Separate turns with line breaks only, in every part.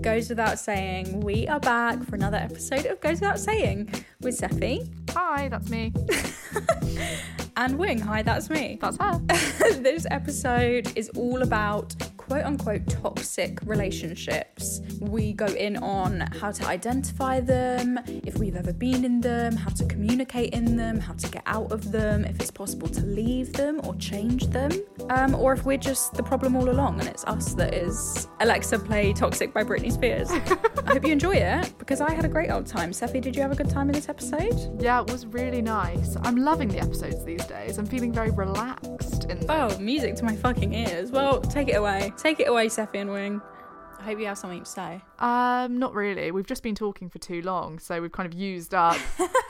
Goes Without Saying. We are back for another episode of Goes Without Saying with Seffi
Hi, that's me.
and Wing. Hi, that's me.
That's her.
this episode is all about quote unquote toxic relationships. We go in on how to identify them, if we've ever been in them, how to communicate in them, how to get out of them, if it's possible to leave them or change them, um, or if we're just the problem all along and it's us that is Alexa play Toxic by Britney Spears. I hope you enjoy it because I had a great old time. Seffi, did you have a good time in this episode?
Yeah, it was really nice. I'm loving the episodes these days. I'm feeling very relaxed in them.
Oh, music to my fucking ears. Well, take it away. Take it away, Seffi and Wing. I hope you have something to say.
Um, not really. We've just been talking for too long, so we've kind of used up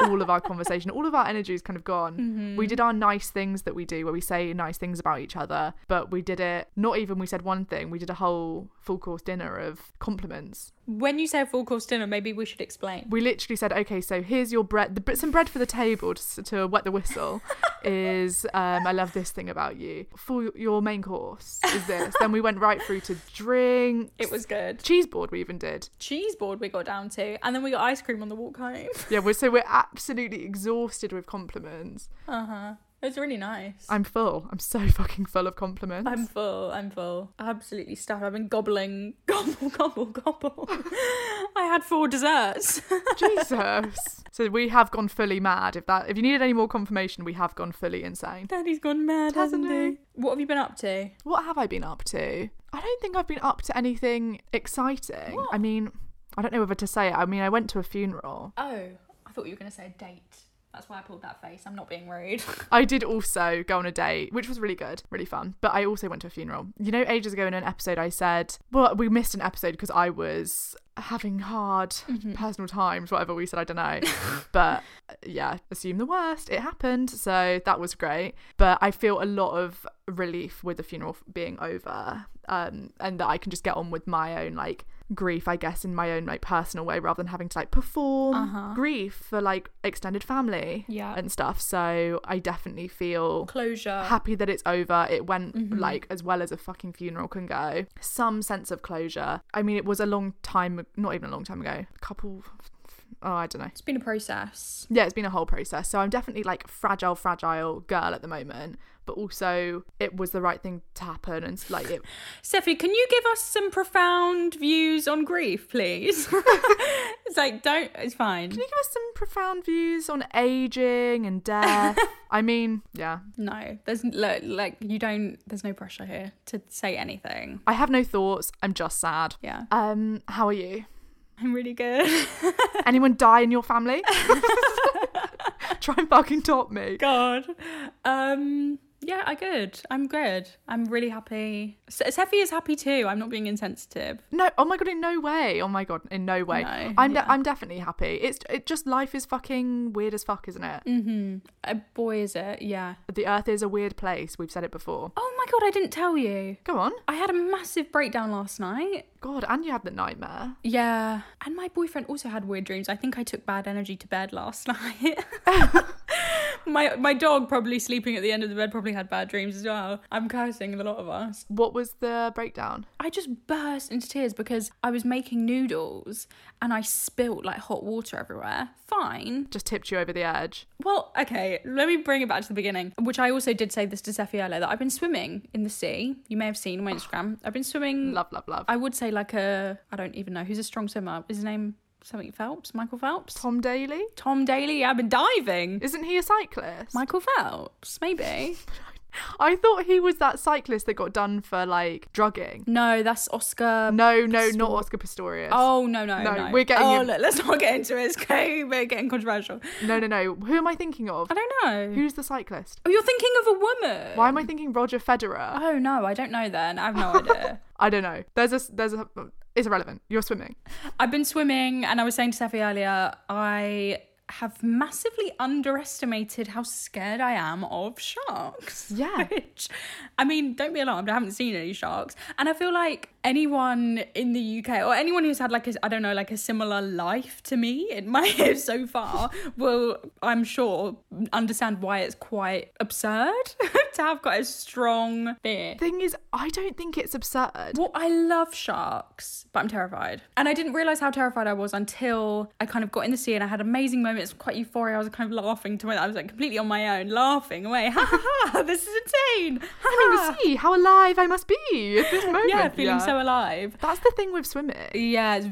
all of our conversation. All of our energy's kind of gone. We did our nice things that we do, where we say nice things about each other, but we did it. Not even we said one thing. We did a whole full course dinner of compliments.
When you say full course dinner, maybe we should explain.
we literally said, okay, so here's your bread, the, br- some bread for the table to, to wet the whistle. is um, I love this thing about you. For your main course is this. then we went right through to drink.
It was good.
cheese board. We even did.
Cheese board we got down to, and then we got ice cream on the walk home.
Yeah, we're, so we're absolutely exhausted with compliments.
Uh huh. It was really nice.
I'm full. I'm so fucking full of compliments.
I'm full. I'm full. Absolutely stuffed. I've been gobbling, gobble, gobble, gobble. I had four desserts.
Jesus. so we have gone fully mad. If that, if you needed any more confirmation, we have gone fully insane.
Daddy's gone mad, hasn't,
Hasn't
he?
he?
What have you been up to?
What have I been up to? I don't think I've been up to anything exciting. I mean, I don't know whether to say it. I mean, I went to a funeral.
Oh, I thought you were going to say a date. That's why I pulled that face. I'm not being rude.
I did also go on a date, which was really good, really fun. But I also went to a funeral. You know, ages ago in an episode, I said, well, we missed an episode because I was having hard personal times, whatever we said, I don't know. but uh, yeah, assume the worst. It happened. So that was great. But I feel a lot of relief with the funeral f- being over um, and that I can just get on with my own, like, grief i guess in my own like personal way rather than having to like perform grief for like extended family
Yeah.
and stuff so i definitely feel
Closure.
happy that it's over it went like as well as a fucking funeral can go some sense of closure i mean it was a long time not even a long time ago a couple oh i don't know
It's been a process.
yeah it's been a whole process so i'm definitely like fragile fragile girl at the moment but also it was the right thing to happen and like it
Seffi, can you give us some profound views on grief, please? it's like, don't, it's fine.
Can you give us some profound views on aging and death? I mean, yeah.
No, there's look, like, you don't, there's no pressure here to say anything.
I have no thoughts. I'm just sad.
Yeah.
Um, how are you?
I'm really good.
Anyone die in your family? Try and fucking top me.
God. Um, yeah, I good. I'm good. I'm really happy. Se- Seffi is happy too. I'm not being insensitive.
No, oh my god, in no way. Oh my god, in no way.
No,
I'm de-
yeah.
I'm definitely happy. It's it just life is fucking weird as fuck, isn't it?
Uh, boy, is it. Yeah.
The earth is a weird place. We've said it before.
Oh my God, I didn't tell you.
Go on.
I had a massive breakdown last night.
God, and you had the nightmare.
Yeah. And my boyfriend also had weird dreams. I think I took bad energy to bed last night. my my dog probably sleeping at the end of the bed probably had bad dreams as well. I'm cursing the lot of us.
What was the breakdown?
I just burst into tears because I was making noodles and I spilt like hot water everywhere. Fine.
Just tipped you over the edge.
Well, okay, let me bring it back to the beginning, which I also did say this to Seffi earlier that I've been swimming in the sea. You may have seen on my Instagram. I've been swimming.
Love, love, love.
Mm. I would say like a I don't even know who's a strong swimmer. Is his name something Phelps? Michael Phelps?
Tom Daly?
Tom Daly. Yeah, I've been diving.
Isn't he a cyclist?
Michael Phelps, maybe.
I thought he was that cyclist that got done for like drugging.
No, that's Oscar.
No, no, not Oscar Pistorius.
Oh no no
No,
no!
we're getting
Oh
in-
look, let's not get into it. It's okay, we're getting controversial.
No, no, no. Who am I thinking of?
I don't know.
Who's the cyclist?
Oh, you're thinking of a woman.
Why am I thinking Roger Federer?
Oh no, I don't know. Then I have no idea.
I don't know. There's a there's a it's irrelevant. You're swimming.
I've been swimming, and I was saying to Seffi earlier, I have massively underestimated how scared I am of sharks.
Yeah.
Which, I mean, don't be alarmed, I haven't seen any sharks. And I feel like anyone in the UK or anyone who's had like a, I don't know, like a similar life to me in my life so far will, I'm sure, understand why it's quite absurd to have got a strong fear.
Thing is, I don't think it's absurd.
Well, I love sharks, but I'm terrified. And I didn't realize how terrified I was until I kind of got in the sea and I had amazing moments, quite euphoria. I was kind of laughing to it. I was like completely on my own, laughing away. Ha ha ha, this is insane. Ha,
I'm in
ha.
the sea. How alive I must be at this moment.
Ah. Yeah, feeling so alive.
That's the thing with swimming.
Yeah, it's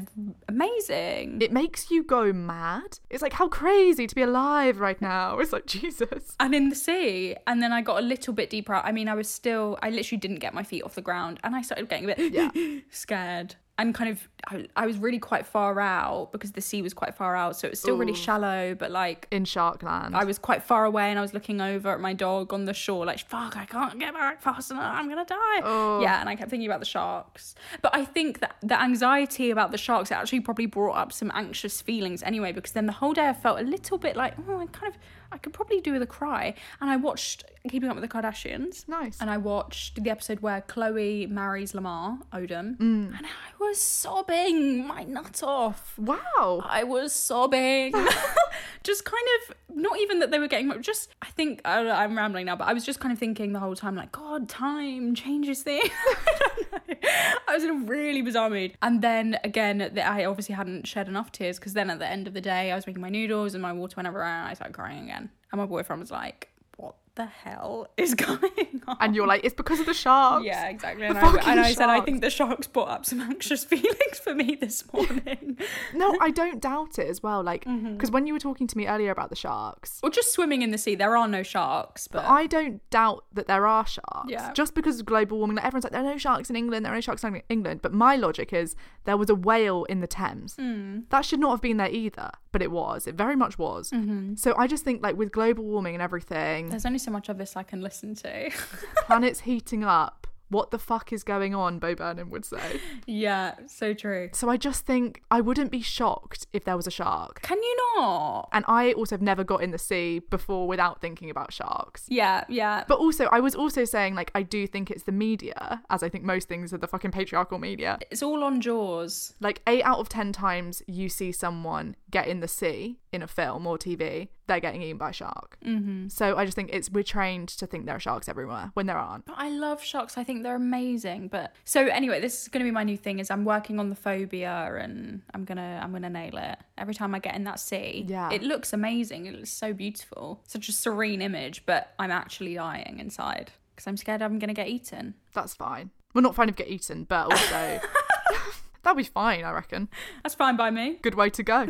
amazing.
It makes you go mad. It's like how crazy to be alive right now. It's like Jesus.
and in the sea. And then I got a little bit deeper. out. I mean, I was still, I literally didn't get my feet off the ground and I started getting a bit scared. And kind of, I, I was really quite far out because the sea was quite far out. So it was still really shallow, but like
In Sharkland.
I was quite far away and I was looking over at my dog on the shore, like, fuck, I can't get back fast enough. I'm going to die. Yeah. And I kept thinking about the sharks. But I think that the anxiety about the sharks actually probably brought up some anxious feelings anyway, because then the whole day I felt a little bit like, oh, I kind of, I could probably do with a cry. And I watched Keeping Up with the Kardashians.
Nice.
And I watched the episode where Chloe marries Lamar Odom. And I was sobbing my nut off.
wow.
I was sobbing. just kind of, not even that they were getting, just, I think, I don't know, I'm rambling now, but I was just kind of thinking the whole time, like, God, time changes things. I don't know. I was in a really bizarre mood. And then again, the, I obviously hadn't shed enough tears because then at the end of the day, I was making my noodles and my water went everywhere and I started crying again. And my boyfriend was like, What the hell is going on?
And you're like, it's because of the sharks.
um, Yeah, exactly.
The
And I,
fucking
and I said, I
sharks."
think the sharks brought up some anxious feelings for me this morning.
No, I don't doubt it as well. Like, because
Mm-hmm.
when you were talking to me earlier about the sharks,
Or just swimming in the sea. There are no sharks, but,
I don't doubt that there are sharks.
Yeah.
Just because of global warming, like everyone's like, there are no sharks in England, there are no sharks in England. But my logic is there was a whale in the Thames.
Hmm.
That should not have been there either, but it was. It very much was. So I just think, like, with global warming and everything,
Mm-hmm. there's only so much of this I can listen to.
planet's heating up. What the fuck is going on, Bo Burnham would say.
yeah, so true.
So I just think I wouldn't be shocked if there was a shark.
Can you not?
And I also have never got in the sea before without thinking about sharks.
Yeah, yeah.
But also, I was also saying, like, I do think it's the media, as I think most things are the fucking patriarchal media.
it's all on Jaws.
Like, eight out of 10 times you see someone get in the sea in a film or TV, they're getting eaten by a shark. Mm-hmm. So I just think it's, we're trained to think there are sharks everywhere when there aren't.
But I love sharks. I think they're amazing. But so anyway, this is going to be my new thing. Is I'm working on the phobia, and I'm gonna I'm gonna nail it. Every time I get in that sea,
Yeah.
it looks amazing. It looks so beautiful, such a serene image. But I'm actually dying inside because I'm scared I'm gonna get eaten.
That's fine. We're not fine if you get eaten, but also, that'll be fine, I reckon.
That's fine by me.
Good way to go.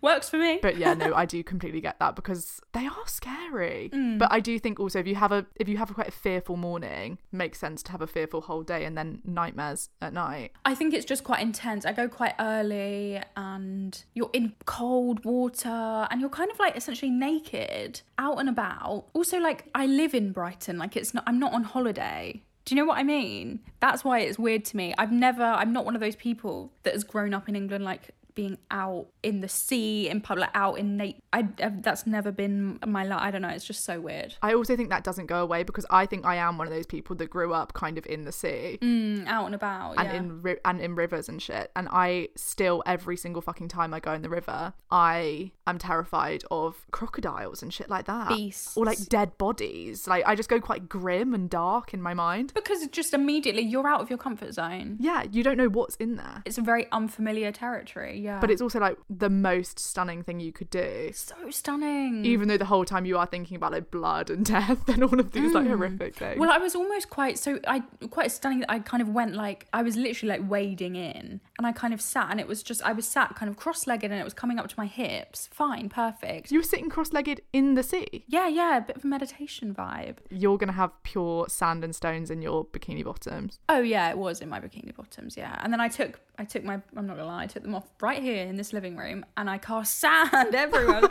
Works for me.
But yeah, no, I do completely get that because they are scary.
Mm.
But I do think also if you have a if you have quite a fearful morning, makes sense to have a fearful whole day and then nightmares at night.
I think it's just quite intense. I go quite early and you're in cold water and you're kind of like essentially naked out and about. Also like I live in Brighton, like it's not I'm not on holiday. Do you know what I mean? That's why it's weird to me. I've never I'm not one of those people that has grown up in England like being out in the sea, in public, out in nature. I, I- that's never been my life. I don't know. It's just so weird.
I also think that doesn't go away because I think I am one of those people that grew up kind of in the sea
Mm, Out and about.
and
yeah.
in ri- and in rivers and shit. And I still every single fucking time I go in the river, I am terrified of crocodiles and shit like that,
Beasts.
or like dead bodies. Like I just go quite grim and dark in my mind.
because just immediately you're out of your comfort zone.
Yeah, you don't know what's in there.
It's a very unfamiliar territory. Yeah.
But it's also like the most stunning thing you could do.
so stunning.
Even though the whole time you are thinking about like blood and death and all of these like horrific things.
Mm. Well, I was almost quite so I quite stunning. I kind of went like I was literally like wading in, and I kind of sat, and it was just I was sat kind of cross-legged, and it was coming up to my hips. Fine, perfect.
you were sitting cross-legged in the sea.
yeah, yeah, a bit of a meditation vibe.
You're gonna have pure sand and stones in your bikini bottoms.
Oh yeah, it was in my bikini bottoms. Yeah, and then I took I took my I'm not gonna lie, I took them off right here in this living room, and I cast sand everywhere.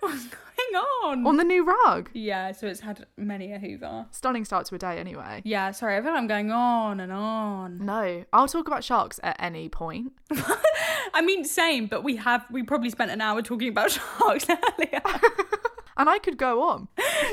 What's going on?
On the new rug.
yeah, so it's had many a Hoover.
Stunning start to a day anyway.
Yeah, sorry, I feel like I'm going on and on.
No. I'll talk about sharks at any point.
I mean, same, but we have we probably spent an hour talking about sharks earlier,
And I could go on.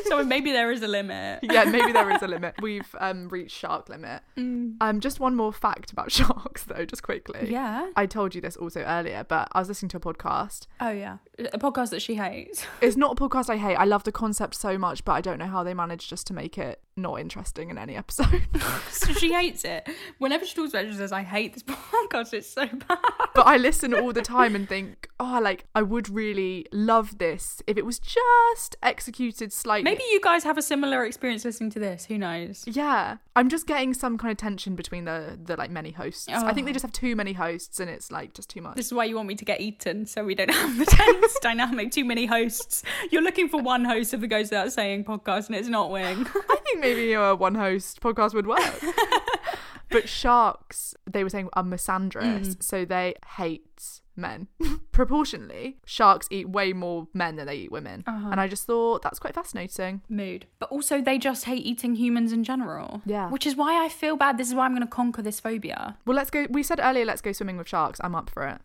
so maybe there is a limit.
Yeah, maybe there is a limit. We've um, reached shark limit.
Mm.
Um, just one more fact about sharks, though, just quickly.
Yeah.
I told you this also earlier, but I was listening to a podcast
Oh yeah, a podcast that she hates.
It's not a podcast I hate. I love the concept so much, but I don't know how they manage just to make it not interesting in any episode.
so she hates it. Whenever she talks about it, she says, "I hate this podcast. It's so bad."
but I listen all the time and think, oh, like I would really love this if it was just executed slightly.
Maybe you guys have a similar experience listening to this. Who knows?
Yeah, I'm just getting some kind of tension between the the like many hosts. I think they just have too many hosts, and it's like just too much.
This is why you want me to get eaten, so we don't have the tense dynamic. Too many hosts. You're looking for one host of the Goes Without Saying podcast, and it's not Wing.
I think maybe a one host podcast would work. but sharks, they were saying, are misandrous, so they hate men. Proportionally, sharks eat way more men than they eat women. And I just thought that's quite fascinating.
mood. But also, they just hate eating humans in general.
Yeah.
Which is why I feel bad. This is why I'm going to conquer this phobia.
Well, let's go. We said earlier, let's go swimming with sharks. I'm up for it.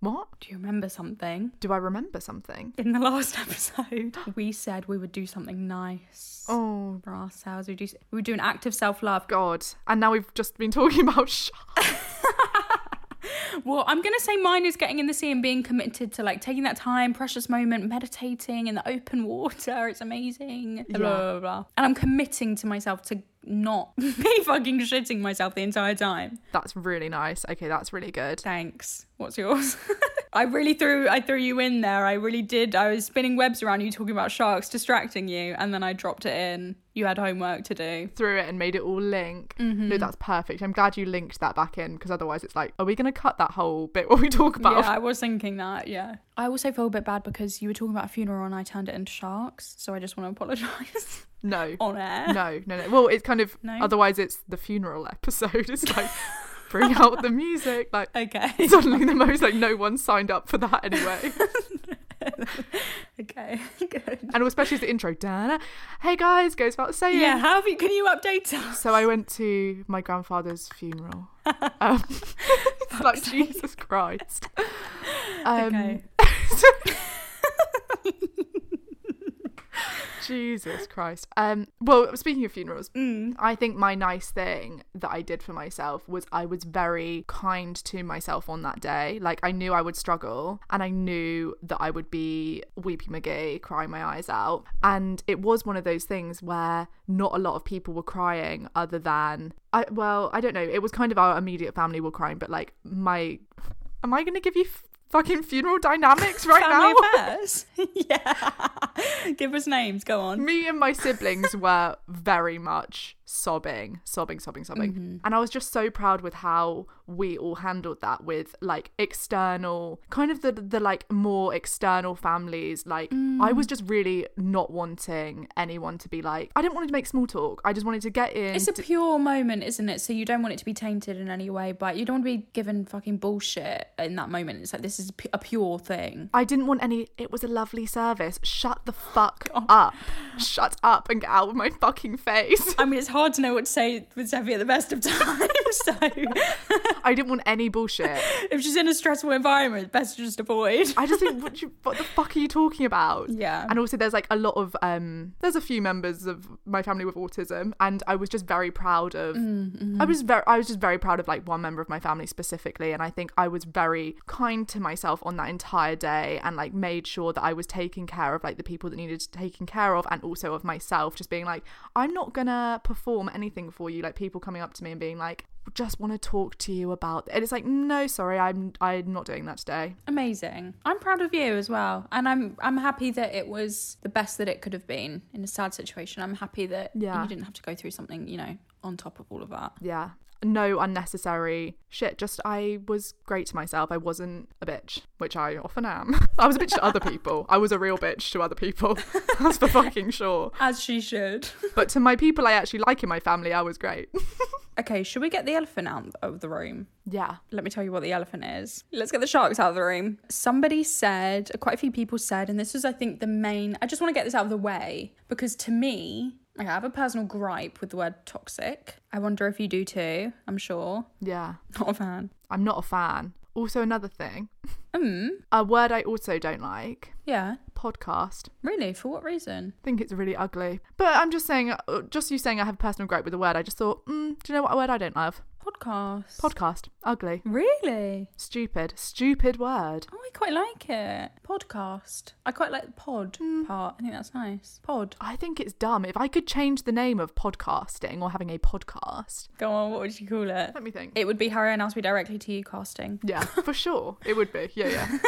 what?
Do you remember something?
Do I remember something?
In the last episode, we said we would do something nice
Oh,
for ourselves. We, do, we would do an act of self love.
God. And now we've just been talking about sharks.
Well, I'm going to say mine is getting in the sea and being committed to like taking that time, precious moment, meditating in the open water. It's amazing. Blah, blah, blah, blah. And I'm committing to myself to not be fucking shitting myself the entire time.
That's really nice. Okay, that's really good.
Thanks. What's yours? I really threw I threw you in there. I really did. I was spinning webs around you talking about sharks, distracting you, and then I dropped it in. You had homework to do.
through it and made it all link.
Mm-hmm.
No, that's perfect. I'm glad you linked that back in because otherwise it's like, are we going to cut that whole bit where we talk about?
yeah, I was thinking that. Yeah. I also feel a bit bad because you were talking about a funeral and I turned it into sharks, so I just want to apologize
No.
on air.
No, no, no. Well, it's kind of,
No?
otherwise it's the funeral episode. It's like, bring out the music. Like,
Okay.
suddenly the most, like, no one signed up for that anyway.
okay. Good.
and especially the intro. Dana, hey guys, goes without saying.
Yeah, how have you can you update us?
So I went to my grandfather's funeral.
Uh,
Um, it's like, Jesus Christ. Um,
Okay.
Jesus Christ. Um, well, speaking of funerals, I think my nice thing that I did for myself was I was very kind to myself on that day. Like, I knew I would struggle and I knew that I would be weepy McGee, crying my eyes out. And it was one of those things where not a lot of people were crying other than. I, well, I don't know. It was kind of our immediate family were crying, but like my, am I going to give you f- fucking funeral dynamics right
Family
now?
affairs. yeah. Give us names. Go on.
me and my siblings were very much sobbing, sobbing, sobbing, sobbing.
Mm-hmm.
And I was just so proud with how we all handled that with like external kind of the the like more external families. Like
Mm.
I was just really not wanting anyone to be like I didn't want to make small talk. I just wanted to get in.
It's a pure moment, isn't it? So you don't want it to be tainted in any way, but you don't want to be given fucking bullshit in that moment. It's like this is pu- a pure thing.
I didn't want any. It was a lovely service. Shut the fuck up. Shut up and get out of my fucking face.
I mean, it's hard to know what to say with Steffi at the best of times. so
I didn't want any bullshit.
if she's in a stressful environment, best to just avoid.
I just think what, you, what the fuck are you talking about?
Yeah.
And also, there's like a lot of um, there's a few members of my family with autism, and I was just very proud of. I was very, I was just very proud of like one member of my family specifically, and I think I was very kind to myself on that entire day, and like made sure that I was taking care of like the people that needed taken care of, and also of myself, just being like, I'm not gonna perform anything for you. Like people coming up to me and being like. Just want to talk to you about, and it's like, no, sorry, I'm I'm not doing that today.
Amazing. I'm proud of you as well. And I'm I'm happy that it was the best that it could have been in a sad situation. I'm happy that
Yeah.
you didn't have to go through something, you know, on top of all of that.
yeah no unnecessary shit just i was great to myself i wasn't a bitch which i often am i was a bitch to other people i was a real bitch to other people that's for fucking sure
As she should.
but to my people i actually like in my family i was great
okay, should we get the elephant out of the room?
yeah
let me tell you what the elephant is. Let's get the sharks out of the room. Somebody said, uh, quite a few people said, and this was, I think, the main. I just want to get this out of the way because to me, okay, I have a personal gripe with the word toxic. I wonder if you do too. I'm sure.
yeah
Not a fan.
i'm not a fan also another thing a word i also don't like
Yeah.
podcast
Really? For what reason?
think it's really ugly but i'm just saying uh, just you saying i have a personal gripe with the word i just thought mm, do you know what word i don't love
Podcast.
podcast ugly
really?
stupid stupid word
Oh, I quite like it. Podcast. I quite like the pod part. I think that's nice. Pod.
I think it's dumb. If I could change the name of podcasting or having a podcast,
Go on, what would you call it?
let me think.
It would be Harry and Ask Me Directly to You casting.
yeah, for sure. It would be. Yeah, yeah.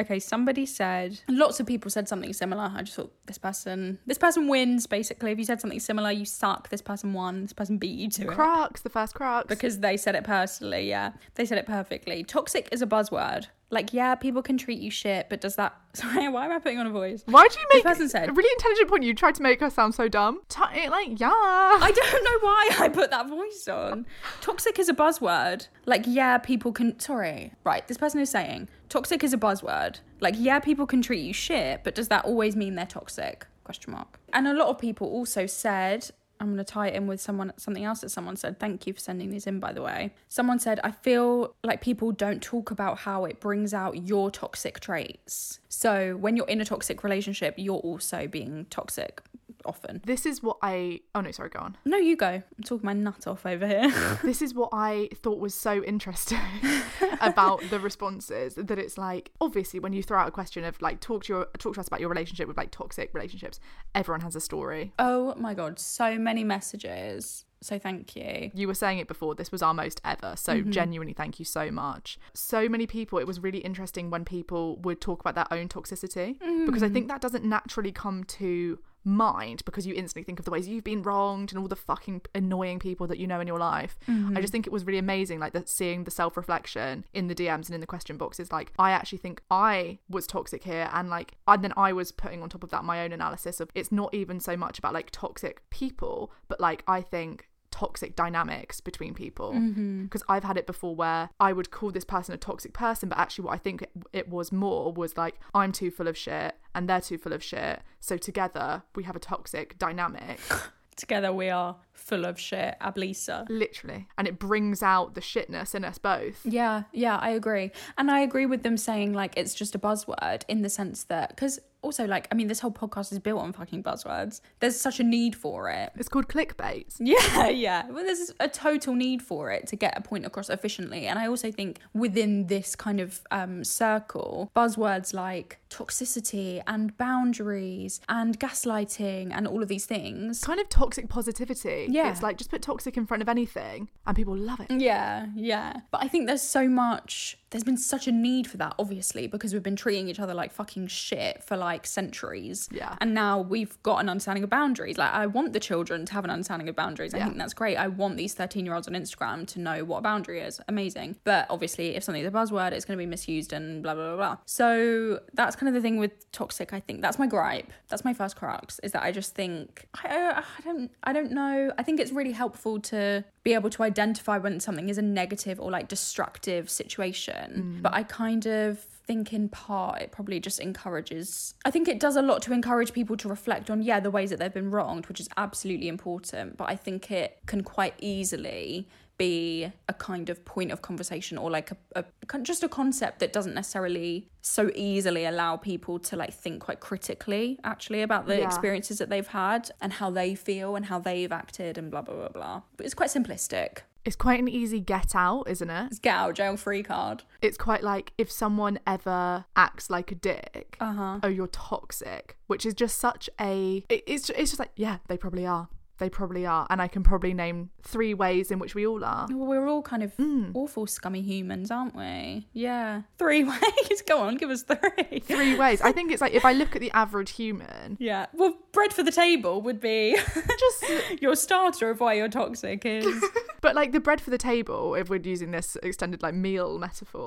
Okay, somebody said lots of people said something similar. I just thought this person this person wins basically. If you said something similar, you suck. This person won. This person beat you to it.
Crux, the first crux.
Because they said it personally, yeah. They said it perfectly. Toxic is a buzzword. Like, yeah, people can treat you shit, but does that sorry, why am I putting on a voice?
Why do you
This
make
person said-
a really intelligent point? You tried to make her sound so dumb. T- it like, yeah.
I don't know why I put that voice on. Toxic is a buzzword. Like, yeah, people can. Sorry. Right, this person is saying toxic is a buzzword. Like, yeah, people can treat you shit, but does that always mean they're toxic? Question mark. And a lot of people also said. I'm gonna tie it in with someone something else that someone said. Thank you for sending these in, by the way. Someone said, I feel like people don't talk about how it brings out your toxic traits. So when you're in a toxic relationship, you're also being toxic often.
this is what I. Oh no, sorry. Go on.
No, you go. I'm talking my nut off over here.
this is what I thought was so interesting about the responses that it's like obviously when you throw out a question of like talk to your talk to us about your relationship with like toxic relationships, everyone has a story.
oh my god, so many messages. So thank you.
you were saying it before this was our most ever so genuinely thank you so much so many people it was really interesting when people would talk about their own toxicity because i think that doesn't naturally come to mind because you instantly think of the ways you've been wronged and all the fucking annoying people that you know in your life i just think it was really amazing like that seeing the self-reflection in the dms and in the question boxes like i actually think i was toxic here and like and then i was putting on top of that my own analysis of it's not even so much about like toxic people but like i think toxic dynamics between people because
Mm-hmm.
i've had it before where i would call this person a toxic person but actually what i think it, it was more was like i'm too full of shit and they're too full of shit so together we have a toxic dynamic
Together we are full of shit, Ablisa.
literally and it brings out the shitness in us both
Yeah, yeah, I agree. And I agree with them saying like it's just a buzzword in the sense that cuz also like I mean this whole podcast is built on fucking buzzwords. There's such a need for it.
it's called clickbait
Yeah, yeah. Well, there's a total need for it to get a point across efficiently. And I also think within this kind of um, circle, buzzwords like toxicity and boundaries and gaslighting and all of these things.
kind of toxic positivity
Yeah.
it's like just put toxic in front of anything and people love it
Yeah, yeah. But I think there's so much, there's been such a need for that, obviously, because we've been treating each other like fucking shit for like centuries.
Yeah.
And now we've got an understanding of boundaries. Like, I want the children to have an understanding of boundaries. I think that's great. I want these 13 year olds on Instagram to know what a boundary is. Amazing. But obviously, if something's a buzzword, it's going to be misused and blah, blah, blah, blah. So that's kind of the thing with toxic, I think. That's my gripe. That's my first crux, is that I just think, I, I, I don't, I don't know. I think it's really helpful to be able to identify when something is a negative or like destructive situation. But I kind of think in part it probably just encourages I think it does a lot to encourage people to reflect on yeah the ways that they've been wronged, which is absolutely important, but I think it can quite easily be a kind of point of conversation or like a, a con- just a concept that doesn't necessarily so easily allow people to like think quite critically actually about the
Yeah.
experiences that they've had and how they feel and how they've acted and blah blah blah blah but it's quite simplistic
It's quite an easy get out, isn't it?
it's get out of jail free card
It's quite like if someone ever acts like a dick, oh, you're toxic, which is just such a. It, it's ju- it's just like yeah, they probably are. They probably are, and I can probably name three ways in which we all are.
well, we're all kind of
Hmm.
awful scummy humans aren't we yeah three ways go on give us three
Three ways. I think it's like if I look at the average human,
yeah well bread for the table would be
just
your starter of why you're toxic is
But like the bread for the table, if we're using this extended like meal metaphor,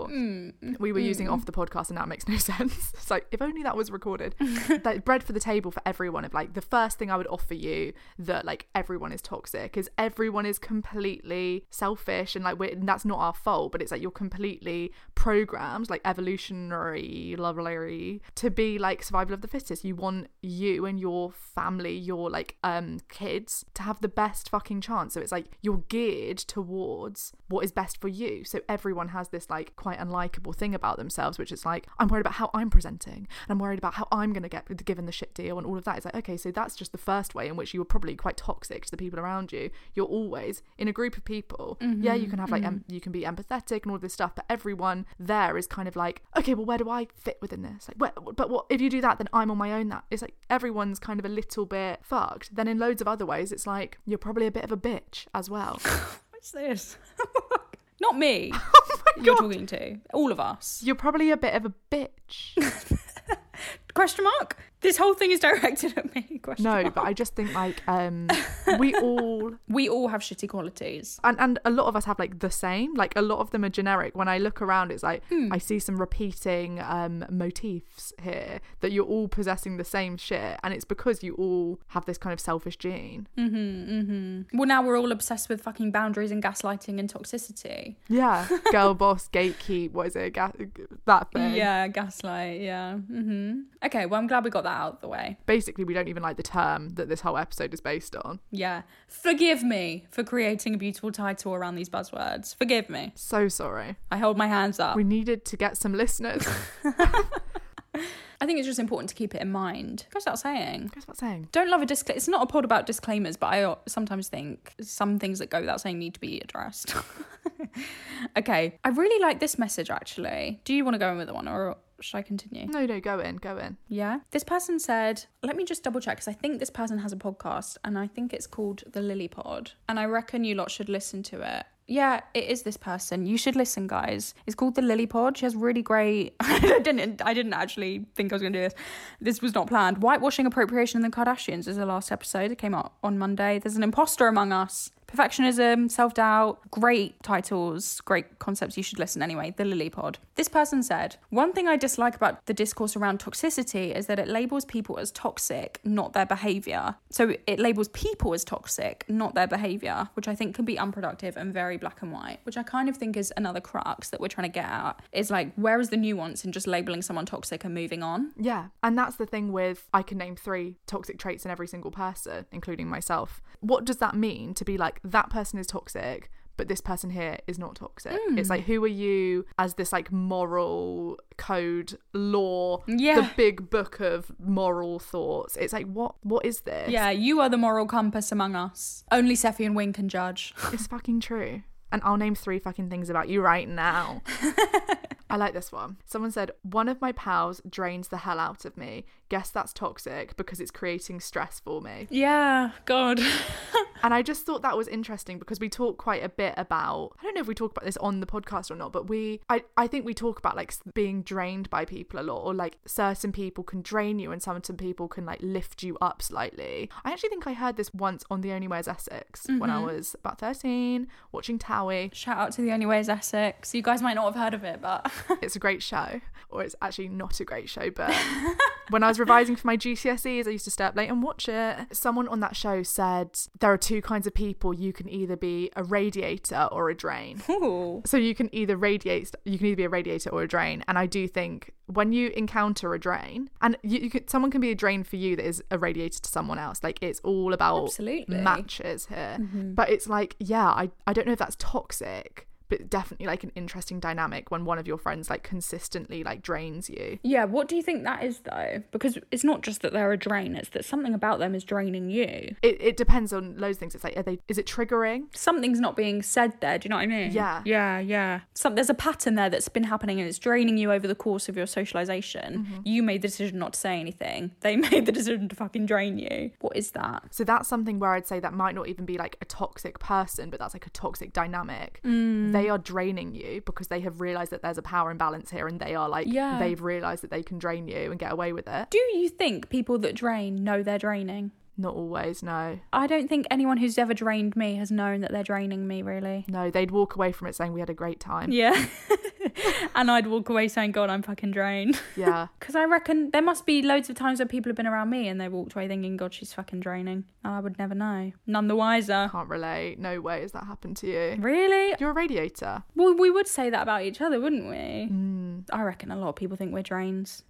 we were using off the podcast, and that makes no sense. It's like if only that was recorded. like bread for the table for everyone. Of like the first thing I would offer you that like everyone is toxic is everyone is completely selfish and like we're, and that's not our fault. But it's like you're completely programmed, like evolutionary, lovely, to be like survival of the fittest. You want you and your family, your like um kids to have the best fucking chance. So it's like you're geared towards what is best for you. So everyone has this like quite unlikable thing about themselves, which is like, I'm worried about how I'm presenting and I'm worried about how I'm gonna get given the shit deal and all of that. It's like, okay, so that's just the first way in which you were probably quite toxic to the people around you. You're always in a group of people. Yeah, you can have like em- you can be empathetic and all this stuff, but everyone there is kind of like, okay, well, where do I fit within this? Like, where, but what if you do that, then I'm on my own. That it's like everyone's kind of a little bit fucked. Then in loads of other ways, it's like you're probably a bit of a bitch as well.
What's this? Not me.
Oh
You're talking to all of us.
You're probably a bit of a bitch.
Question mark? This whole thing is directed at me. Question
No,
mark.
but I just think like um we all
we all have shitty qualities.
and and a lot of us have like the same like a lot of them are generic when i look around it's like i see some repeating um motifs here that you're all possessing the same shit and it's because you all have this kind of selfish gene
Well, now we're all obsessed with fucking boundaries and gaslighting and toxicity.
yeah girl boss gatekeep what is it Ga- that thing
Yeah, gaslight. Yeah. hmm Okay. Well, I'm glad we got that out of the way.
basically we don't even like the term that this whole episode is based on
Yeah. Forgive me for creating a beautiful title around these buzzwords. Forgive me.
so sorry
I hold my hands up.
we needed to get some listeners
I think it's just important to keep it in mind. Goes without saying.
guess what I'm saying
Don't love a disclaimer. It's not a pod about disclaimers, but I uh, sometimes think some things that go without saying need to be addressed. okay, I really like this message actually. Do you want to go in with the one or should I continue?
no no go in go in
Yeah. This person said, let me just double check because I think this person has a podcast and I think it's called The Lily Pod. And I reckon you lot should listen to it. Yeah, it is this person. You should listen, guys. It's called The Lily Pod. She has really great I didn't I didn't actually think I was gonna do this. This was not planned. Whitewashing appropriation in the Kardashians is the last episode. It came out on Monday. There's an imposter among us. Perfectionism, self doubt, great titles, great concepts. You should listen anyway. The Lily Pod. This person said, One thing I dislike about the discourse around toxicity is that it labels people as toxic, not their behavior. So it labels people as toxic, not their behavior, which I think can be unproductive and very black and white, which I kind of think is another crux that we're trying to get at is like, where is the nuance in just labeling someone toxic and moving on?
Yeah. And that's the thing with I can name three toxic traits in every single person, including myself. What does that mean to be like, that person is toxic? But this person here is not toxic. It's like, who are you as this like moral code, law, the
Yeah.
big book of moral thoughts? It's like, what, what is this?
Yeah, you are the moral compass among us. Only Seffi and Wing can judge.
it's fucking true. And I'll name three fucking things about you right now. I like this one. Someone said, One of my pals drains the hell out of me. Guess that's toxic because it's creating stress for me.
Yeah, God.
And I just thought that was interesting because we talk quite a bit about I don't know if we talk about this on the podcast or not, but we I, I think we talk about like s- being drained by people a lot or like certain people can drain you and some some people can like lift you up slightly. I actually think I heard this once on The Only Way is Essex when I was about 13 watching Towie.
Shout out to the Only Ways Essex. You guys might not have heard of it, but
it's a great show, or it's actually not a great show. But when I was revising for my GCSEs, I used to stay up late and watch it. Someone on that show said there are two kinds of people. You can either be a radiator or a drain.
Ooh.
So you can either radiate, you can either be a radiator or a drain. And I do think when you encounter a drain, and you, you could, someone can be a drain for you that is a radiator to someone else. Like it's all about
Absolutely.
matches here. But it's like, yeah, I, I don't know if that's toxic, but definitely like an interesting dynamic when one of your friends like consistently like drains you.
Yeah, what do you think that is though? Because it's not just that they're a drain, it's that something about them is draining you.
It, it depends on loads of things. It's like, are they, is it triggering?
Something's not being said there, do you know what I mean?
Yeah.
Yeah, yeah. Some, there's a pattern there that's been happening and it's draining you over the course of your socialization. You made the decision not to say anything, they made the decision to fucking drain you. What is that?
So that's something where I'd say that might not even be like a toxic person, but that's like a toxic dynamic.
Mm.
They are draining you because they have realized that there's a power imbalance here and they are like,
Yeah.
they've realized that they can drain you and get away with it.
Do you think people that drain know they're draining?
Not always, no.
I don't think anyone who's ever drained me has known that they're draining me, really.
No, they'd walk away from it saying we had a great time.
Yeah. and I'd walk away saying, God, I'm fucking drained.
Yeah.
Because I reckon there must be loads of times where people have been around me and they walked away thinking, God, she's fucking draining. And I would never know. None the wiser.
Can't relate. No way has that happened to you.
Really?
You're a radiator.
Well, we would say that about each other, wouldn't we? I reckon a lot of people think we're drains.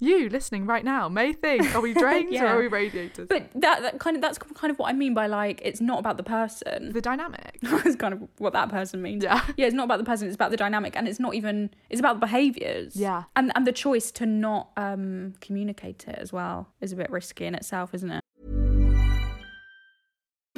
You listening right now may think, are we drains or
Yeah.
are we radiators?
But that, that kind of that's kind of what I mean by like it's not about the person.
the dynamic.
That's kind of what that person means.
Yeah.
Yeah, it's not about the person, it's about the dynamic and it's not even it's about the behaviours.
Yeah.
And and the choice to not um communicate it as well is a bit risky in itself, isn't it?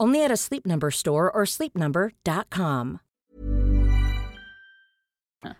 Only at a Sleep Number store or sleepnumber.com.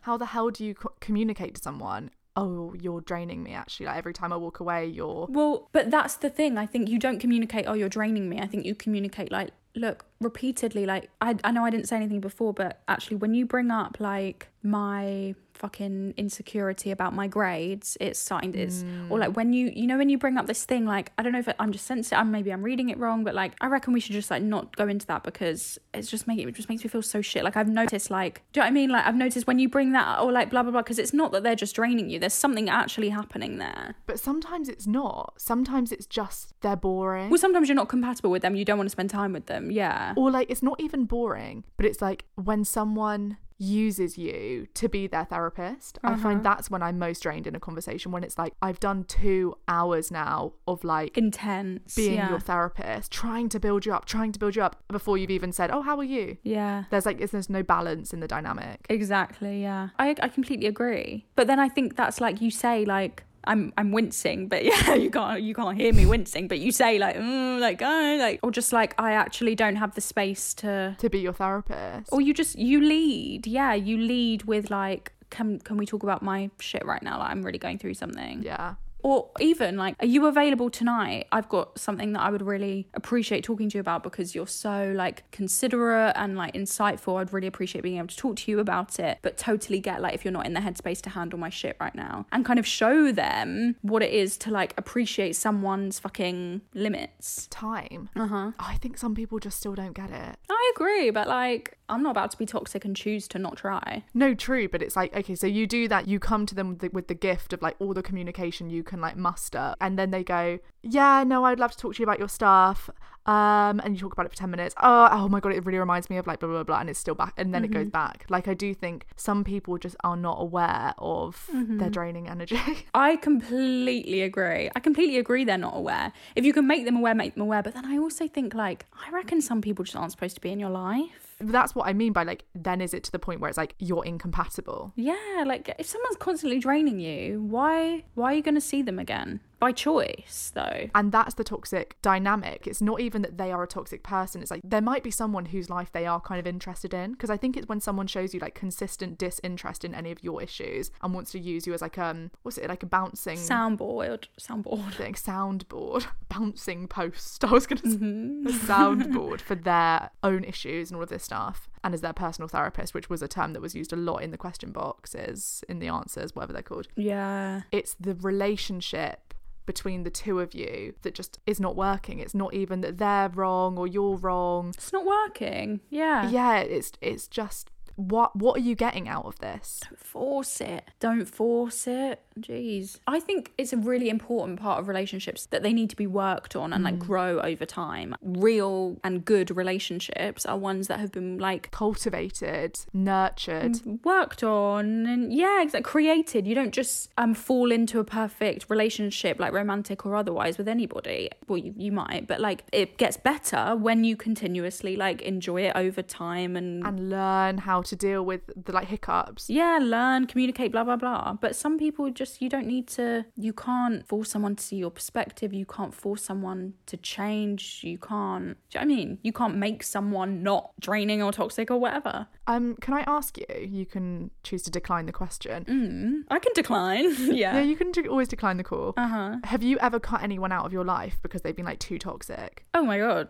How the hell do you co- communicate to someone? Oh, you're draining me. Actually, like every time I walk away, you're
Well, but that's the thing. I think you don't communicate, oh, you're draining me. I think you communicate, like, look, repeatedly, like, I, I know I didn't say anything before, but actually, when you bring up, like, my fucking insecurity about my grades, it's starting, it's, or like when you, you know, when you bring up this thing, like, I don't know if it, I'm just sensitive, I'm, maybe I'm reading it wrong, but like, I reckon we should just, like, not go into that because it's just making, it just makes me feel so shit. Like, I've noticed, like, do you know what I mean? Like, I've noticed when you bring that, or like, blah, blah, blah, because it's not that they're just draining you, there's something actually happening there.
But sometimes it's not. Sometimes it's just they're boring.
Well, sometimes you're not compatible with them. You don't want to spend time with them. Yeah.
or like it's not even boring, but it's like when someone uses you to be their therapist, I find
Uh-huh.
that's when I'm most drained in a conversation when it's like I've done 2 hours now of like
Intense.
being
yeah.
your therapist, trying to build you up, trying to build you up before you've even said, "Oh, how are you?"
Yeah.
There's like there's no balance in the dynamic.
Exactly. Yeah. I I completely agree. But then I think that's like you say like. I'm I'm wincing, but yeah, you can't you can't hear me wincing. But you say like, mm, like oh, like or just like I actually don't have the space to,
to be your therapist.
or you just you lead, yeah, you lead with like, can can we talk about my shit right now? Like I'm really going through something.
yeah.
Or even like, are you available tonight? I've got something that I would really appreciate talking to you about because you're so like considerate and like insightful. I'd really appreciate being able to talk to you about it, but totally get like if you're not in the headspace to handle my shit right now and kind of show them what it is to like appreciate someone's fucking limits.
Time. Uh-huh. I think some people just still don't get it.
I agree, but like, I'm not about to be toxic and choose to not try.
No, true, but it's like, okay, so you do that, you come to them with the, with the gift of like all the communication you can like muster, and then they go, yeah, no, I'd love to talk to you about your stuff. Um, and you talk about it for 10 minutes. Oh, oh my God, it really reminds me of like blah, blah, blah. And it's still back. And then it goes back. Like, I do think some people just are not aware of their draining energy.
I completely agree. I completely agree they're not aware. If you can make them aware, make them aware. But then I also think, like, I reckon some people just aren't supposed to be in your life.
That's what I mean by like, then is it to the point where it's like you're incompatible?
Yeah, like if someone's constantly draining you, why why are you going to see them again? By choice, though.
And that's the toxic dynamic. It's not even that they are a toxic person. It's like there might be someone whose life they are kind of interested in. Because I think it's when someone shows you like consistent disinterest in any of your issues and wants to use you as like um what's it like a bouncing
Soundboard, soundboard.
thing, soundboard, bouncing post. I was gonna say
Mm-hmm.
a soundboard for their own issues and all of this stuff. And as their personal therapist, which was a term that was used a lot in the question boxes, in the answers, whatever they're called.
Yeah.
It's the relationship between the two of you that just is not working. It's not even that they're wrong or you're wrong.
It's not working. Yeah.
Yeah, it's it's just what what are you getting out of this?
force it. Don't force it. Jeez. I think it's a really important part of relationships that they need to be worked on and like grow over time. Real and good relationships are ones that have been like
Cultivated, nurtured.
worked on and yeah, exactly created. You don't just um fall into a perfect relationship like romantic or otherwise with anybody. Well, you, you might, but like it gets better when you continuously like enjoy it over time and
And learn how to deal with the like hiccups.
Mm-hmm. yeah, learn, communicate, blah, blah, blah. But some people just, you don't need to, you can't force someone to see your perspective. You can't force someone to change. You can't, do you know what I mean? You can't make someone not draining or toxic or whatever.
Um, can I ask you? You can choose to decline the question.
Mm-hmm. I can decline.
Yeah,
yeah.
you can de- always decline the call. Uh
Uh-huh.
huh. Have you ever cut anyone out of your life because they've been like too toxic?
Oh my God.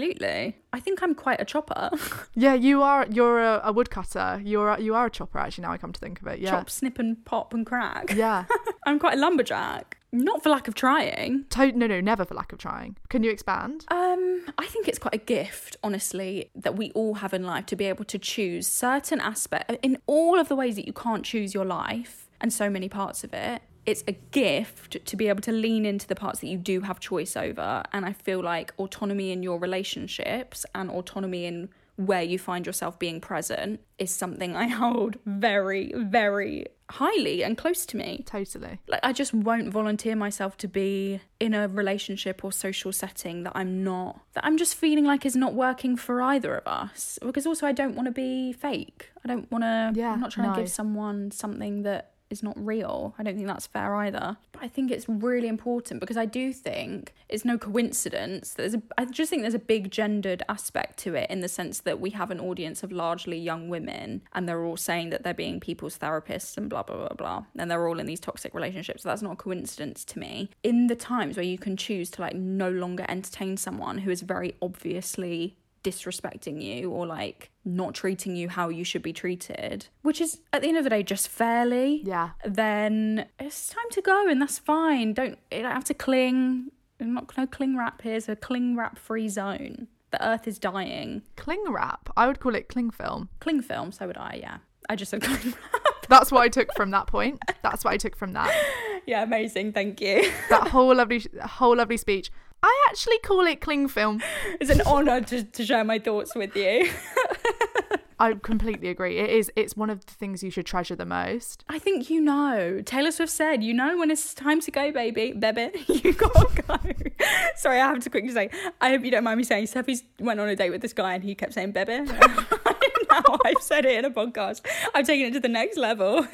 Absolutely. I think I'm quite a chopper.
Yeah, you are. You're a, a woodcutter. You're a, you are a chopper. Actually, now I come to think of it. Yeah.
Chop, snip, and pop and crack.
Yeah.
I'm quite a lumberjack. Not for lack of trying.
To- no, no, never for lack of trying. Can you expand?
Um, I think it's quite a gift, honestly, that we all have in life to be able to choose certain aspects in all of the ways that you can't choose your life and so many parts of it. It's a gift to be able to lean into the parts that you do have choice over. And I feel like autonomy in your relationships and autonomy in where you find yourself being present is something I hold very, very highly and close to me
Totally.
like I just won't volunteer myself to be in a relationship or social setting that I'm not that I'm just feeling like is not working for either of us because also I don't want to be fake. I don't want to
Yeah,
I'm not trying
no.
to give someone something that is not real. I don't think that's fair either. But I think it's really important because I do think it's no coincidence. There's a, I just think there's a big gendered aspect to it in the sense that we have an audience of largely young women and they're all saying that they're being people's therapists and blah blah blah blah. And they're all in these toxic relationships. So that's not a coincidence to me. In the times where you can choose to like no longer entertain someone who is very obviously disrespecting you or like not treating you how you should be treated, which is at the end of the day just fairly.
Yeah.
Then it's time to go and that's fine. Don't you don't have to cling. Not no cling wrap here, so a cling wrap free zone. The earth is dying.
Cling wrap. I would call it cling film.
Cling film, so would I, yeah. I just said cling wrap.
That's what I took from that point. That's what I took from that.
yeah, amazing, thank you.
That whole lovely, whole lovely speech. I actually call it cling film.
it's an honour to, to share my thoughts with you.
I completely agree. It is. It's one of the things you should treasure the most.
I think you know. Taylor Swift said, "You know when it's time to go, baby, baby, you gotta go." Sorry, I have to quickly say. I hope you don't mind me saying. Steffi's went on a date with this guy, and he kept saying "baby." now I've said it in a podcast. I've taken it to the next level.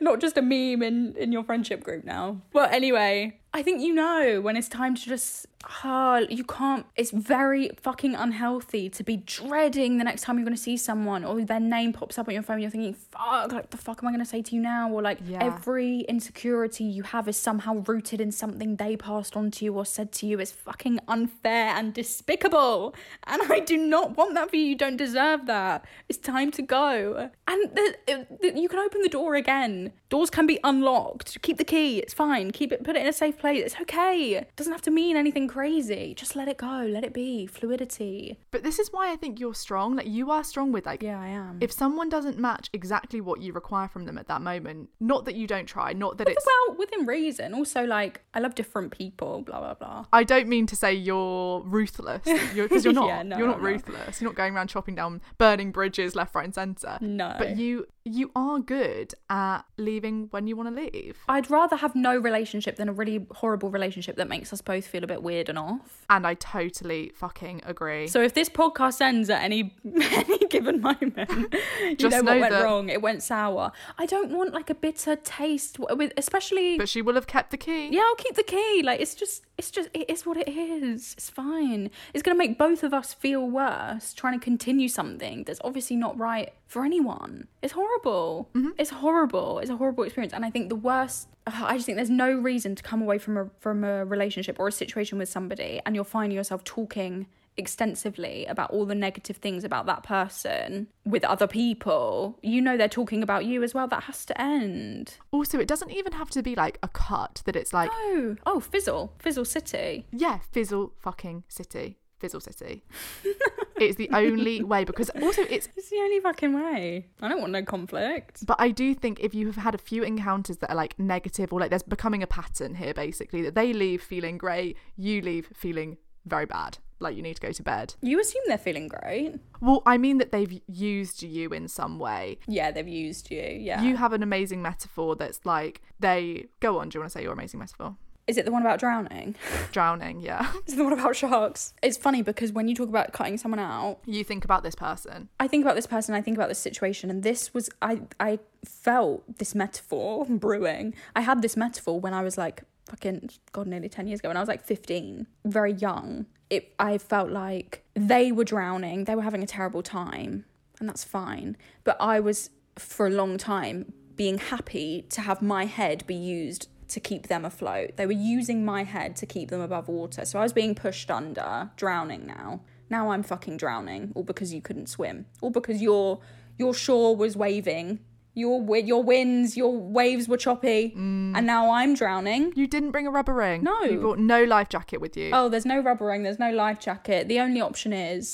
Not just a meme in in your friendship group now. Well, anyway, I think you know when it's time to just, ah, you can't, it's very fucking unhealthy to be dreading the next time you're going to see someone or their name pops up on your phone. You're thinking, fuck, like, the fuck am I going to say to you now? Or like,
Yeah.
every insecurity you have is somehow rooted in something they passed on to you or said to you. It's fucking unfair and despicable. And I do not want that for you. You don't deserve that. It's time to go. And the, it- the, you can open the door again. Doors can be unlocked. Keep the key. It's fine. Keep it, put it in a safe place. It's okay. doesn't have to mean anything crazy. Just let it go. Let it be. Fluidity.
But this is why I think you're strong. Like you are strong with like
Yeah, I am.
if someone doesn't match exactly what you require from them at that moment, not that you don't try, not that it's
well, within reason. Also, like, I love different people, blah, blah, blah.
I don't mean to say you're ruthless because you're, 'cause you're not.
Yeah, no,
you're not
I'm not.
ruthless. You're not going around chopping down, burning bridges left, right, and centre.
No.
but you you are good at leaving when you want to leave
I'd rather have no relationship than a really horrible relationship that makes us both feel a bit weird and off.
and I totally fucking agree.
So if this podcast ends at any any given moment, you
Just
know
know
what went
that-
wrong. It went sour. I don't want like a bitter taste w- with, especially.
but she will have kept the key.
yeah, I'll keep the key. Like it's just, it's just, it is what it is. It's fine. It's gonna make both of us feel worse trying to continue something that's obviously not right for anyone. It's horrible. It's horrible. It's a horrible experience. And I think the worst. ugh, I just think there's no reason to come away from a from a relationship or a situation with somebody and you're finding yourself talking extensively about all the negative things about that person with other people. You know they're talking about you as well. That has to end.
Also, it doesn't even have to be like a cut that it's like
Oh, oh, fizzle, fizzle city.
yeah, fizzle fucking city, fizzle city. it's the only way because also it's
It's the only fucking way. I don't want no conflict.
But I do think if you have had a few encounters that are like negative or like there's becoming a pattern here basically that they leave feeling great, you leave feeling very bad, like you need to go to bed.
You assume they're feeling great.
Well, I mean that they've used you in some way.
Yeah, they've used you. Yeah.
You have an amazing metaphor that's like they go on, do you want to say your amazing metaphor?
Is it the one about drowning?
Drowning, yeah.
Is it the one about sharks? It's funny because when you talk about cutting someone out,
You think about this person.
I think about this person, I think about this situation, and this was I I felt this metaphor brewing. I had this metaphor when I was like fucking god nearly 10 years ago when I was like 15, very young. It I felt like they were drowning, they were having a terrible time, and that's fine. But I was for a long time being happy to have my head be used to keep them afloat. They were using my head to keep them above water. So I was being pushed under, drowning now. Now I'm fucking drowning, all because you couldn't swim, all because your your shore was waving, your wi- your winds, your waves were choppy, and now I'm drowning.
You didn't bring a rubber ring.
No.
You brought no life jacket with you.
Oh, there's no rubbering, there's no life jacket. The only option is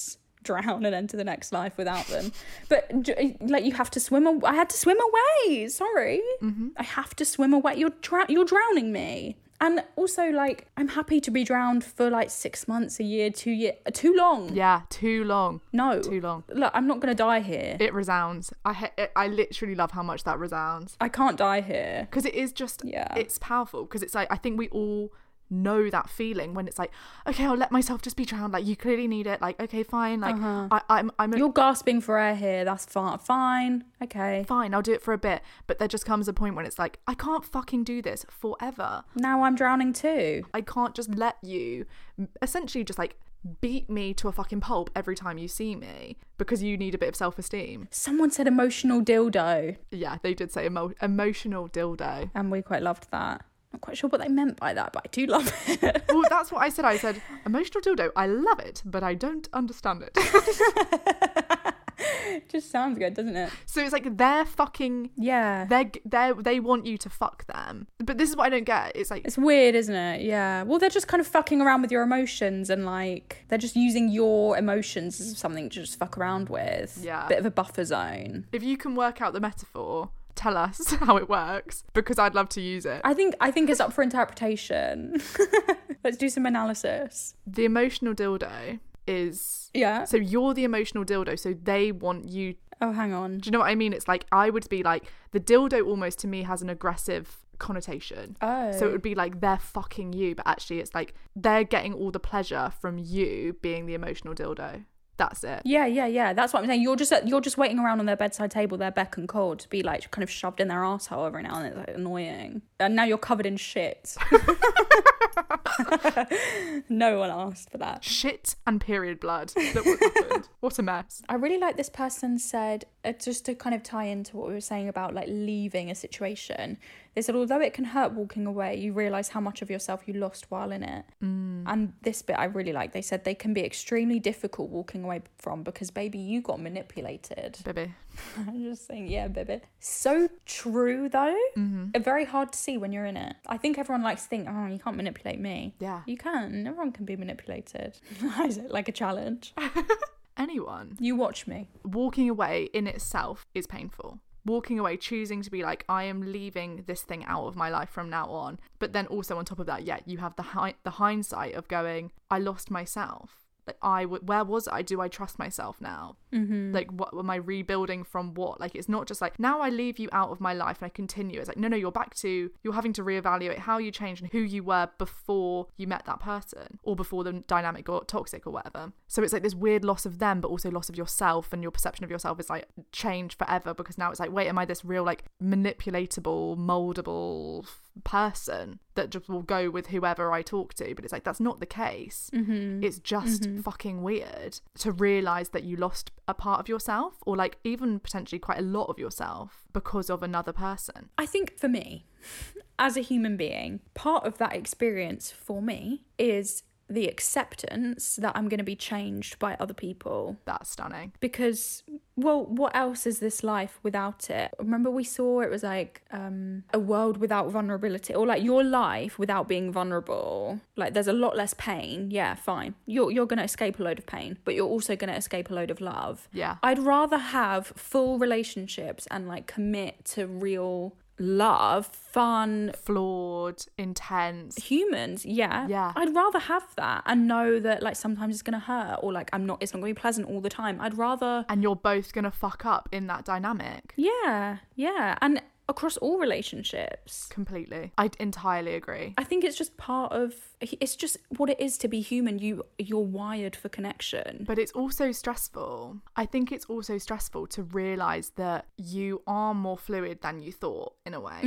drown and enter the next life without them. but j- like you have to swim. aw- I had to swim away. Sorry,
Mm-hmm.
I have to swim away. You're dra- you're drowning me. And also, like, I'm happy to be drowned for like six months, a year, two year, uh, too long.
Yeah, too long.
No.
Too long.
Look, I'm not gonna die here.
It resounds. I ha- I literally love how much that resounds.
I can't die here.
because it is just
Yeah.
it's powerful because it's like i think we all know that feeling when it's like okay i'll let myself just be drowned like you clearly need it like okay fine like I, i'm i'm
Uh-huh. You're gasping for air here. That's fine. Fine. Okay.
fine i'll do it for a bit but there just comes a point when it's like i can't fucking do this forever
Now I'm drowning too.
i can't just let you essentially just like beat me to a fucking pulp every time you see me because you need a bit of self-esteem
Someone said emotional dildo,
yeah they did say emo- emotional dildo
and we quite loved that. Not quite sure what they meant by that, but I do love it.
well that's what i said i said emotional dildo i love it but i don't understand it
it just sounds good, doesn't it?
So it's like they're fucking.
Yeah.
They are they they want you to fuck them, but this is what I don't get. It's like
It's weird, isn't it? Yeah. Well, they're just kind of fucking around with your emotions and like they're just using your emotions as something to just fuck around with.
Yeah.
Bit of a buffer zone.
if you can work out the metaphor, tell us how it works because I'd love to use it.
I think I think it's up for interpretation. Let's do some analysis.
the emotional dildo is
Yeah.
so you're the emotional dildo, so they want you.
Oh, hang on.
Do you know what I mean? It's like I would be like the dildo almost to me has an aggressive connotation.
Oh.
So it would be like they're fucking you, but actually it's like they're getting all the pleasure from you being the emotional dildo. That's it.
Yeah, yeah, yeah. That's what I'm saying. You're just uh, you're just waiting around on their bedside table, their beck and call to be like kind of shoved in their asshole every now and then. It's like annoying. And now you're covered in shit. no one asked for that.
Shit and period blood. Look what happened. What a mess.
I really like this person said, uh, just to kind of tie into what we were saying about like leaving a situation. They said, although it can hurt walking away, you realize how much of yourself you lost while in it. And this bit I really like. They said they can be extremely difficult walking away from because, baby, you got manipulated.
Baby.
I'm just saying, yeah, baby. So true, though. Uh, Very hard to see when you're in it. I think everyone likes to think, oh, you can't manipulate me.
Yeah.
You can. Everyone can be manipulated. Is it like a challenge?
Anyone.
You watch me.
Walking away in itself is painful. Walking away, choosing to be like, I am leaving this thing out of my life from now on. But then also on top of that, yeah, you have the hi- the hindsight of going, I lost myself. Like I, w- where was I? Do I trust myself now? Mm-hmm. Like, what am I rebuilding from? What? Like, it's not just like now I leave you out of my life and I continue. It's like no, no, you're back to you're having to reevaluate how you changed and who you were before you met that person or before the dynamic got toxic or whatever. So it's like this weird loss of them, but also loss of yourself and your perception of yourself is like changed forever because now it's like, wait, am I this real like manipulatable, moldable f- person that just will go with whoever I talk to? But it's like that's not the case. It's just fucking weird to realize that you lost a part of yourself or like even potentially quite a lot of yourself because of another person.
I think for me, as a human being, part of that experience for me is the acceptance that I'm going to be changed by other people.
That's stunning.
Because, well, what else is this life without it? Remember, we saw it was like um, a world without vulnerability, or like your life without being vulnerable. Like, there's a lot less pain. Yeah, fine. You're you're going to escape a load of pain, but you're also going to escape a load of love.
Yeah.
I'd rather have full relationships and like commit to real love, fun,
Flawed, intense.
humans yeah
Yeah.
i'd rather have that and know that like sometimes it's gonna hurt or like i'm not it's not gonna be pleasant all the time i'd rather
And you're both gonna fuck up in that dynamic.
yeah yeah and across all relationships
Completely. I entirely agree.
i think it's just part of it's just what it is to be human you you're wired for connection
But it's also stressful. I think it's also stressful to realize that you are more fluid than you thought, in a way.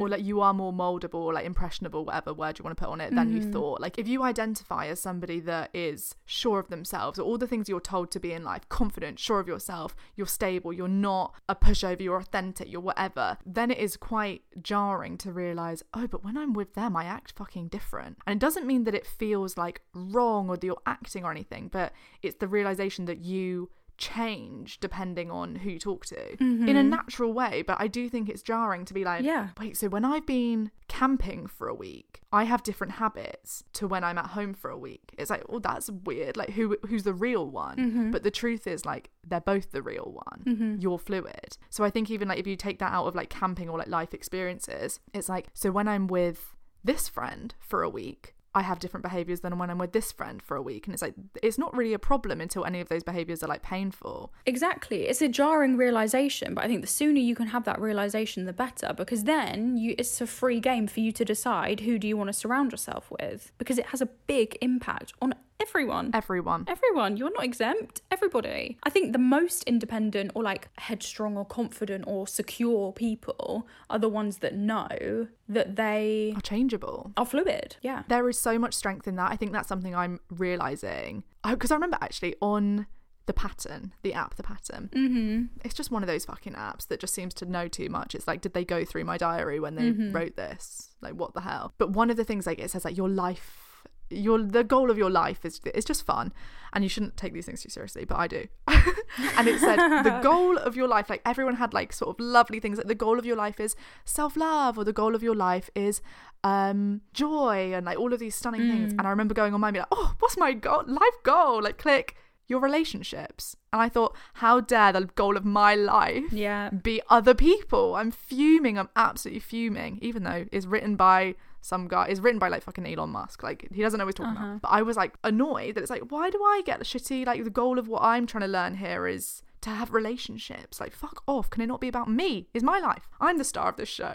Or like you are more moldable, or like impressionable, whatever word you want to put on it, than you thought. Like if you identify as somebody that is sure of themselves, or all the things you're told to be in life confident, sure of yourself, you're stable, you're not a pushover, you're authentic, you're whatever then it is quite jarring to realize, oh, but when I'm with them, I act fucking different. And it doesn't mean that it feels like wrong or that you're acting or anything, but it's the realization that you change depending on who you talk to in a natural way. But I do think it's jarring to be like,
Yeah.
wait, so when I've been camping for a week, I have different habits to when I'm at home for a week. It's like, oh, that's weird. Like, who who's the real one? But the truth is, like, they're both the real one. You're fluid. So I think even like if you take that out of like camping or like life experiences, it's like, so when I'm with this friend for a week, I have different behaviors than when I'm with this friend for a week. And it's like, it's not really a problem until any of those behaviors are like painful.
Exactly. It's a jarring realization, but I think the sooner you can have that realization, the better, because then you, it's a free game for you to decide who do you want to surround yourself with, because it has a big impact on everyone.
Everyone.
Everyone, you're not exempt. Everybody. I think the most independent or like headstrong or confident or secure people are the ones that know that they
Are changeable.
are fluid. Yeah.
There is so much strength in that. I think that's something I'm realizing. Because I, remember actually on the pattern, the app, the pattern. Mm-hmm. It's just one of those fucking apps that just seems to know too much. It's like, did they go through my diary when they wrote this? Like, what the hell? But one of the things, like, it says like your life. Your the goal of your life is it's just fun, and you shouldn't take these things too seriously, but I do. and it said the goal of your life, like everyone had like sort of lovely things. Like the goal of your life is self love, or the goal of your life is um joy and like all of these stunning things and i remember going on mine and be like oh what's my goal life goal like click your relationships and i thought how dare the goal of my life
Yeah.
be other people i'm fuming i'm absolutely fuming even though it's written by some guy it's written by like fucking elon musk like he doesn't know what he's talking about but i was like annoyed that it's like why do i get the shitty like the goal of what i'm trying to learn here is to have relationships like fuck off can it not be about me is my life i'm the star of this show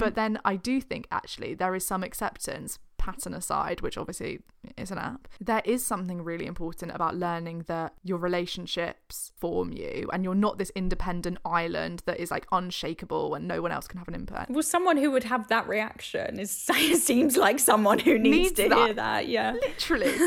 but then i do think actually there is some acceptance pattern aside, which obviously is an app, there is something really important about learning that your relationships form you and you're not this independent island that is like unshakable and no one else can have an impact.
Well, someone who would have that reaction is seems like someone who needs,
Needs
to
that.
hear that. Yeah.
Literally.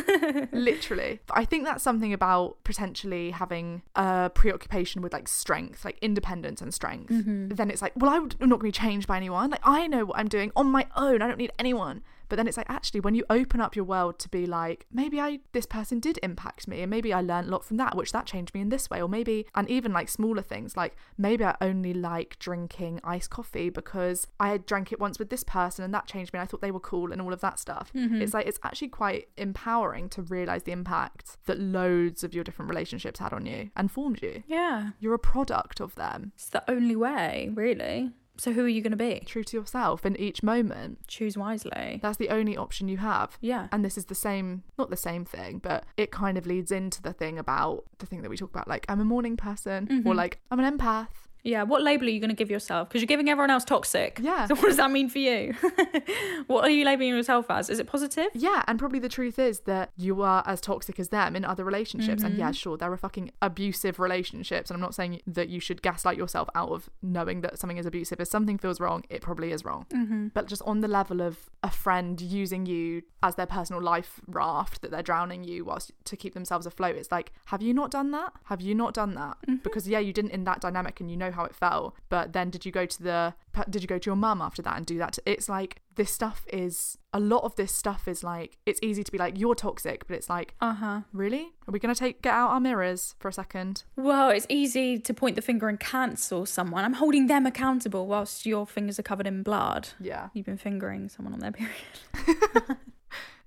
Literally. But I think that's something about potentially having a preoccupation with like strength, like independence and strength. Then it's like, well, I would- I'm not going to be changed by anyone. Like, I know what I'm doing on my own. I don't need anyone. But then it's like, actually, when you open up your world to be like, maybe I, this person did impact me and maybe I learned a lot from that, which that changed me in this way. Or maybe, and even like smaller things, like maybe I only like drinking iced coffee because I had drank it once with this person and that changed me and I thought they were cool and all of that stuff. It's like, it's actually quite empowering to realize the impact that loads of your different relationships had on you and formed you.
Yeah.
You're a product of them,
It's the only way, really. So who are you going to be?
true to yourself in each moment.
Choose wisely.
That's the only option you have.
Yeah.
And this is the same, not the same thing, but it kind of leads into the thing about the thing that we talk about, like, I'm a morning person or like, I'm an empath.
Yeah, what label are you going to give yourself? Because you're giving everyone else toxic.
Yeah.
So what does that mean for you? what are you labeling yourself as? Is it positive?
Yeah. And probably the truth is that you are as toxic as them in other relationships. And yeah, sure, there are fucking abusive relationships. And I'm not saying that you should gaslight yourself out of knowing that something is abusive. If something feels wrong, it probably is wrong. But just on the level of a friend using you as their personal life raft that they're drowning you whilst to keep themselves afloat, it's like, have you not done that? Have you not done that? Because yeah, you didn't in that dynamic, and you know how it felt. But then, did you go to the? pe- Did you go to your mum after that and do that? to- It's like this stuff is a lot of this stuff is like it's easy to be like you're toxic, but it's like, uh huh, really? Are we gonna take get out our mirrors for a second?
Well, it's easy to point the finger and cancel someone. I'm holding them accountable whilst your fingers are covered in blood.
Yeah,
You've been fingering someone on their period.